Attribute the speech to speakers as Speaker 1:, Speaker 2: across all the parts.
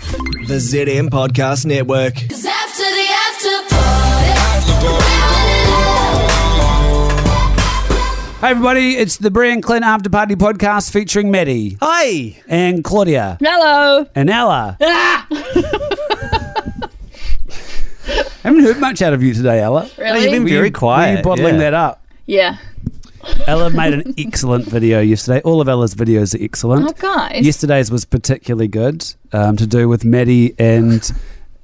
Speaker 1: The ZM Podcast Network.
Speaker 2: Cause after the after party, we're running out.
Speaker 3: Hey everybody, it's the Brian Clint After Party Podcast featuring Maddie
Speaker 1: Hi.
Speaker 3: and Claudia
Speaker 4: Hello.
Speaker 3: and Ella. Haven't heard much out of you today, Ella.
Speaker 4: Really?
Speaker 1: you've been
Speaker 3: Were
Speaker 1: very
Speaker 3: you-
Speaker 1: quiet.
Speaker 3: Were you bottling
Speaker 1: yeah.
Speaker 3: that up?
Speaker 4: yeah.
Speaker 3: Ella made an excellent video yesterday. All of Ella's videos are excellent.
Speaker 4: Oh, guys.
Speaker 3: Yesterday's was particularly good um, to do with Maddie and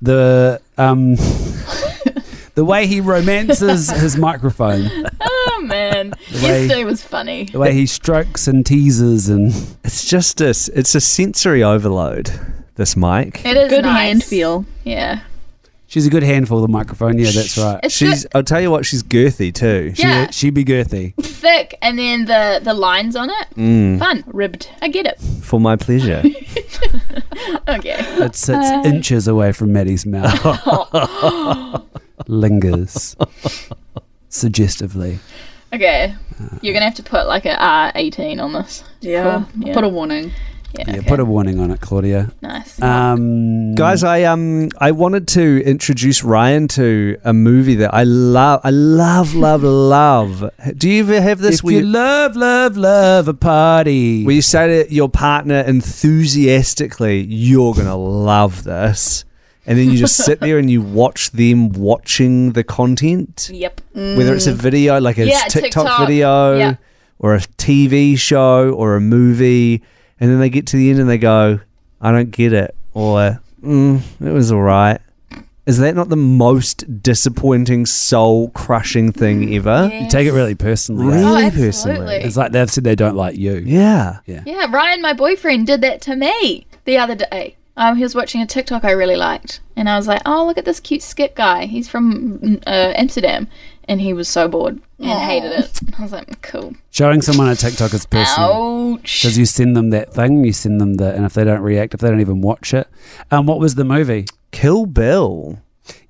Speaker 3: the um, the way he romances his microphone,
Speaker 4: Oh, man.
Speaker 3: way-
Speaker 4: Yesterday was funny.
Speaker 3: the way he strokes and teases and.
Speaker 1: It's just a, it's a sensory overload, this mic.
Speaker 4: It is
Speaker 5: Good
Speaker 4: nice.
Speaker 5: hand feel.
Speaker 4: Yeah.
Speaker 3: She's a good handful, the microphone. Yeah, that's right.
Speaker 4: It's
Speaker 1: She's. I'll tell you what, she's girthy too.
Speaker 4: good. Yeah.
Speaker 3: She, she'd be girthy.
Speaker 4: thick and then the, the lines on it. Fun. Ribbed. I get it.
Speaker 1: For my pleasure.
Speaker 4: Okay.
Speaker 3: It's, it's inches away from Maddie's mouth.
Speaker 4: Oh.
Speaker 3: Lingers. Suggestively.
Speaker 4: Okay. You're going to have to put like a R18 on this.
Speaker 5: Yeah.
Speaker 4: Cool. Yeah.
Speaker 5: Put a warning.
Speaker 4: Yeah.
Speaker 3: Yeah,
Speaker 4: okay.
Speaker 3: put a warning on it, Claudia.
Speaker 4: nice.
Speaker 3: Um,
Speaker 1: Guys, I um I wanted to introduce Ryan to a movie that I love. I love, love, love. Do you ever have this
Speaker 3: if you love, love, love a party.
Speaker 1: Where you say to your partner enthusiastically, you're going to love this. And then you just sit there and you watch them watching the content,
Speaker 4: yep.
Speaker 1: whether it's a video, like a
Speaker 4: Mm. Yeah,
Speaker 1: TikTok,
Speaker 4: TikTok.
Speaker 1: video,
Speaker 4: Yeah.
Speaker 1: or a TV show, or a movie. And then they get to the end and they go, I don't get it. Or, mm, it was all right. Is that not the most disappointing, soul crushing thing ever?
Speaker 3: You take it really personally.
Speaker 1: Really,
Speaker 3: eh?
Speaker 4: Mm. Oh, absolutely.
Speaker 1: personally.
Speaker 3: It's like they've said they don't like you.
Speaker 1: Yeah.
Speaker 4: Yeah, Ryan, my boyfriend, did that to me the other day. Um, he was watching a TikTok I really liked, and I was like, "Oh, look at this cute skit guy. He's from mm, uh, Amsterdam," and he was so bored and hated it. I was like, "Mm, "Cool,
Speaker 3: Showing someone a TikTok is personal.
Speaker 4: ouch."
Speaker 3: Because you send them that thing, you send them the, and if they don't react, if they don't even watch it. Um, what was the movie?
Speaker 1: Kill Bill.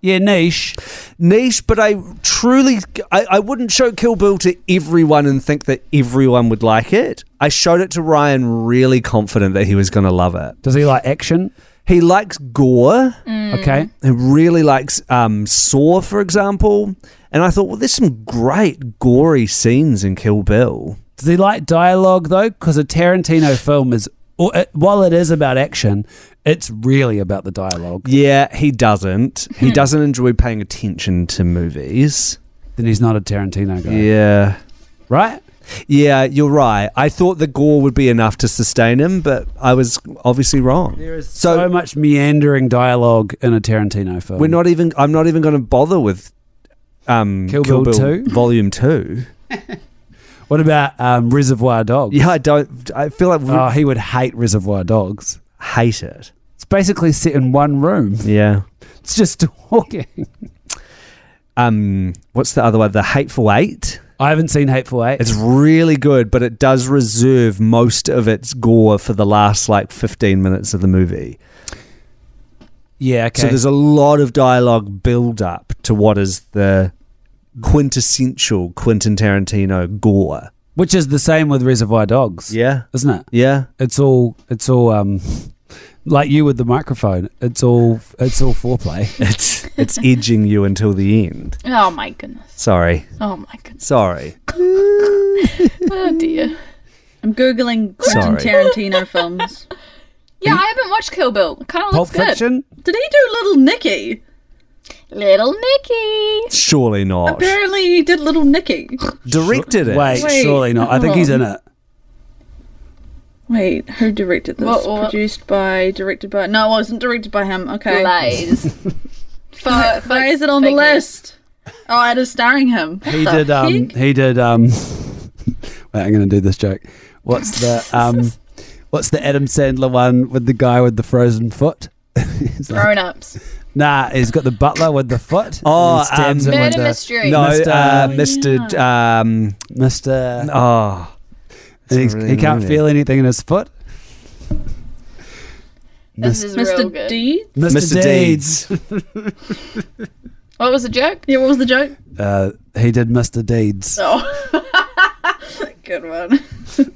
Speaker 3: Yeah, niche.
Speaker 1: niche, but I truly I, I wouldn't show Kill Bill to everyone and think that everyone would like it. I showed it to Ryan really confident that he was going to love it.
Speaker 3: Does he like action?
Speaker 1: He likes gore.
Speaker 4: Hmm.
Speaker 3: Okay.
Speaker 1: He really likes um, Saw, for example. And I thought, well, there's some great gory scenes in Kill Bill.
Speaker 3: Does he like dialogue though? Because a Tarantino film is, or it, while it is about action, it's really about the dialogue.
Speaker 1: Yeah, he doesn't. He doesn't enjoy paying attention to movies.
Speaker 3: Then he's not a Tarantino guy,
Speaker 1: Yeah.
Speaker 3: right?
Speaker 1: Yeah, you're right. I thought the gore would be enough to sustain him, but I was obviously wrong. There is
Speaker 3: So, much meandering dialogue in a Tarantino film.
Speaker 1: We're not even. I'm not even going to bother with um,
Speaker 3: Kill Bill 2?
Speaker 1: Volume Two.
Speaker 3: What about um, Reservoir Dogs?
Speaker 1: Yeah, I don't. I feel like we
Speaker 3: Oh, he would hate Reservoir Dogs.
Speaker 1: hate it.
Speaker 3: It's basically set in one room.
Speaker 1: Yeah.
Speaker 3: It's just talking.
Speaker 1: Um, what's the other one? The Hateful Eight.
Speaker 3: I haven't seen Hateful Eight.
Speaker 1: It's really good, but it does reserve most of its gore for the last like 15 minutes of the movie.
Speaker 3: yeah, okay.
Speaker 1: So there's a lot of dialogue build up to what is the quintessential Quentin Tarantino gore.
Speaker 3: Which is the same with Reservoir Dogs.
Speaker 1: Yeah.
Speaker 3: Isn't it?
Speaker 1: Yeah.
Speaker 3: It's all it's all um like you with the microphone. It's all it's all foreplay.
Speaker 1: It's it's edging you until the end.
Speaker 4: oh my goodness.
Speaker 1: Sorry.
Speaker 4: Oh my goodness.
Speaker 1: Sorry.
Speaker 4: Oh dear.
Speaker 5: I'm Googling Quentin
Speaker 1: Sorry.
Speaker 5: Tarantino films.
Speaker 4: Yeah, I haven't watched Kill Bill. It kind of
Speaker 3: Pulp
Speaker 4: looks good.
Speaker 3: Fiction?
Speaker 5: Did he do Little Nicky?
Speaker 4: Little Nicky.
Speaker 1: Surely not.
Speaker 5: Apparently he did Little Nicky.
Speaker 1: Directed it.
Speaker 3: Wait,
Speaker 5: Wait,
Speaker 3: surely not. I think he's in it.
Speaker 5: Wait, who directed this?
Speaker 4: What- what?
Speaker 5: Produced by, directed by. No, it wasn't directed by him. Okay.
Speaker 4: Lies. Fa-
Speaker 5: Why is it on the
Speaker 4: fake news.
Speaker 5: list? Oh, it is starring him.
Speaker 3: He did um he did um Wait, I'm gonna do this joke. What's the um what's the Adam Sandler one with the guy with the frozen foot? He's like,
Speaker 4: Grown ups.
Speaker 3: nah, he's got the butler with the foot.
Speaker 1: Oh,
Speaker 3: and he stabs
Speaker 1: um,
Speaker 3: him
Speaker 4: Murder
Speaker 3: with
Speaker 4: mystery.
Speaker 1: No,
Speaker 3: Mr.
Speaker 1: uh, Mr. Um,
Speaker 3: the Mister.
Speaker 1: oh,
Speaker 3: and he's,
Speaker 1: It's a really
Speaker 3: he can't
Speaker 1: movie.
Speaker 3: feel anything in his foot.
Speaker 4: This is real
Speaker 5: Mr.
Speaker 4: good.
Speaker 5: D?
Speaker 1: Mr. Deeds.
Speaker 4: What was the joke?
Speaker 5: Yeah, what was the joke?
Speaker 3: Uh, he did Mr. Deeds.
Speaker 5: Oh. Good one. you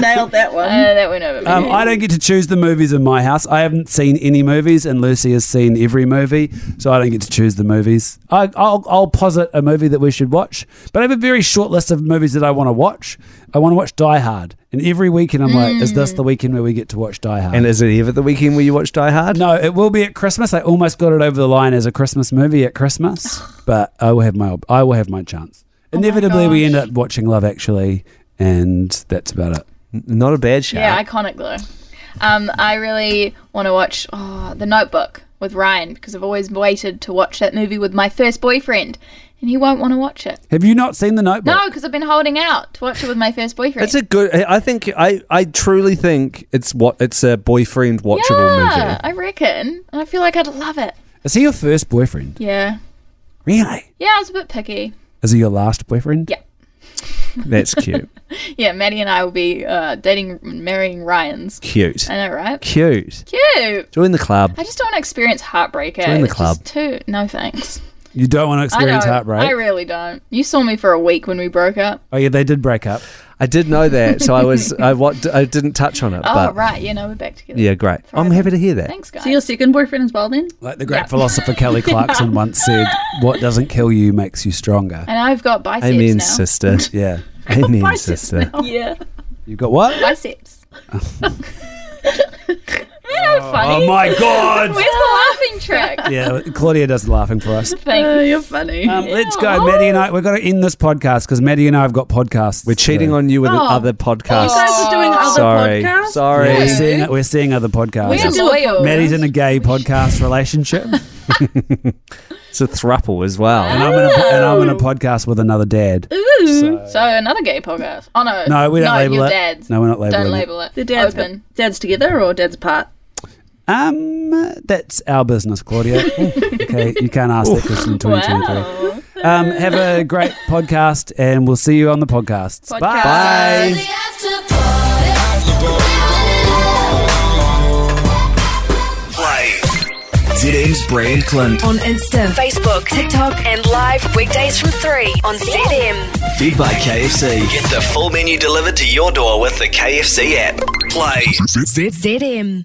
Speaker 5: nailed that one.
Speaker 4: Uh, that went over. my
Speaker 3: Um,
Speaker 4: head.
Speaker 3: I don't get to choose the movies in my house. I haven't seen any movies, and Lucy has seen every movie, so I don't get to choose the movies. I, I'll, I'll posit a movie that we should watch, but I have a very short list of movies that I want to watch. I want to watch Die Hard, and every weekend I'm like, is this the weekend where we get to watch Die Hard?
Speaker 1: and is it ever the weekend where you watch Die Hard?
Speaker 3: no, it will be at Christmas. I almost got it over the line as a Christmas movie at Christmas, but I will have my op- I will have my chance. Inevitably, we end up watching Love Actually, and that's about it.
Speaker 1: N- Not a bad shout.
Speaker 4: Yeah, iconic though. Um, I really want to watch oh, The Notebook with Ryan because I've always waited to watch that movie with my first boyfriend, and he won't want to watch it.
Speaker 3: Have you not seen The Notebook?
Speaker 4: No, because I've been holding out to watch it with my first boyfriend.
Speaker 1: It's a good. I I think I, I truly think it's what it's a boyfriend watchable
Speaker 4: yeah,
Speaker 1: movie.
Speaker 4: I reckon, and I feel like I'd love it.
Speaker 3: Is he your first boyfriend?
Speaker 4: Yeah,
Speaker 3: Really?
Speaker 4: yeah, I was a bit picky.
Speaker 3: Is he your last boyfriend?
Speaker 4: Yeah.
Speaker 1: That's cute,
Speaker 4: Yeah, Maddie and I will be uh, dating, marrying Ryan's.
Speaker 1: cute,
Speaker 4: I know, right?
Speaker 1: cute.
Speaker 4: Cute.
Speaker 1: Join the club.
Speaker 4: I just don't want to experience heartbreak. eh?
Speaker 1: Join the
Speaker 4: It's
Speaker 1: club.
Speaker 4: just Too. No thanks.
Speaker 3: You don't want to
Speaker 4: I
Speaker 3: experience
Speaker 4: don't.
Speaker 3: heartbreak.
Speaker 4: I really don't. You saw me for a week when we broke up.
Speaker 3: oh yeah, they did break up.
Speaker 1: I did know that, so I was I what I didn't touch on it.
Speaker 4: Oh
Speaker 1: but
Speaker 4: right, yeah, no, we're back together.
Speaker 1: Yeah, great. I'm happy to hear that.
Speaker 4: Thanks, guys.
Speaker 5: So your second boyfriend as well then?
Speaker 3: Like the great philosopher Kelly Clarkson once said, "What doesn't kill you makes you stronger."
Speaker 4: and I've got biceps
Speaker 1: Amen,
Speaker 4: now.
Speaker 1: sister.
Speaker 3: Yeah,
Speaker 1: Amen, sister.
Speaker 4: Yeah,
Speaker 3: you got what?
Speaker 4: biceps. Isn't that funny?
Speaker 3: Oh my god!
Speaker 4: Where's the laughing track?
Speaker 3: yeah, Claudia does the laughing for us.
Speaker 5: Oh,
Speaker 4: Thanks.
Speaker 5: you're funny.
Speaker 3: Um, let's go, Maddie and I. We're going to end this podcast because Maddie and I have got podcasts.
Speaker 1: We're cheating on you with another podcast.
Speaker 5: You guys are doing other
Speaker 1: Sorry,
Speaker 5: podcasts?
Speaker 1: sorry.
Speaker 3: We're seeing, we're seeing other podcasts.
Speaker 4: We're
Speaker 5: do a
Speaker 4: loyal.
Speaker 3: Maddie's in a gay podcast relationship, and
Speaker 1: It's a thruple as well.
Speaker 3: I'm in a, and I'm in a podcast with another dad.
Speaker 4: so another gay podcast. Oh no.
Speaker 3: No, we don't label
Speaker 4: your
Speaker 3: it.
Speaker 4: Dad's.
Speaker 3: No, we're not labeling
Speaker 4: Don't
Speaker 3: it.
Speaker 4: label it.
Speaker 5: The dads,
Speaker 4: Open.
Speaker 5: dads together or dads apart?
Speaker 3: Um, that's our business, Claudia. okay, you can't ask that question in 2023.
Speaker 4: Wow.
Speaker 3: Um, have a great podcast, and we'll see you on the podcast. Bye.
Speaker 1: Bye.
Speaker 2: The after party. Living it up.
Speaker 6: Play. ZM's Brand Clint.
Speaker 7: On Insta, Facebook, TikTok, and live weekdays from 3 on ZM.
Speaker 6: Fed by KFC. Get the full menu delivered to your door with the KFC app. Play.
Speaker 7: ZM.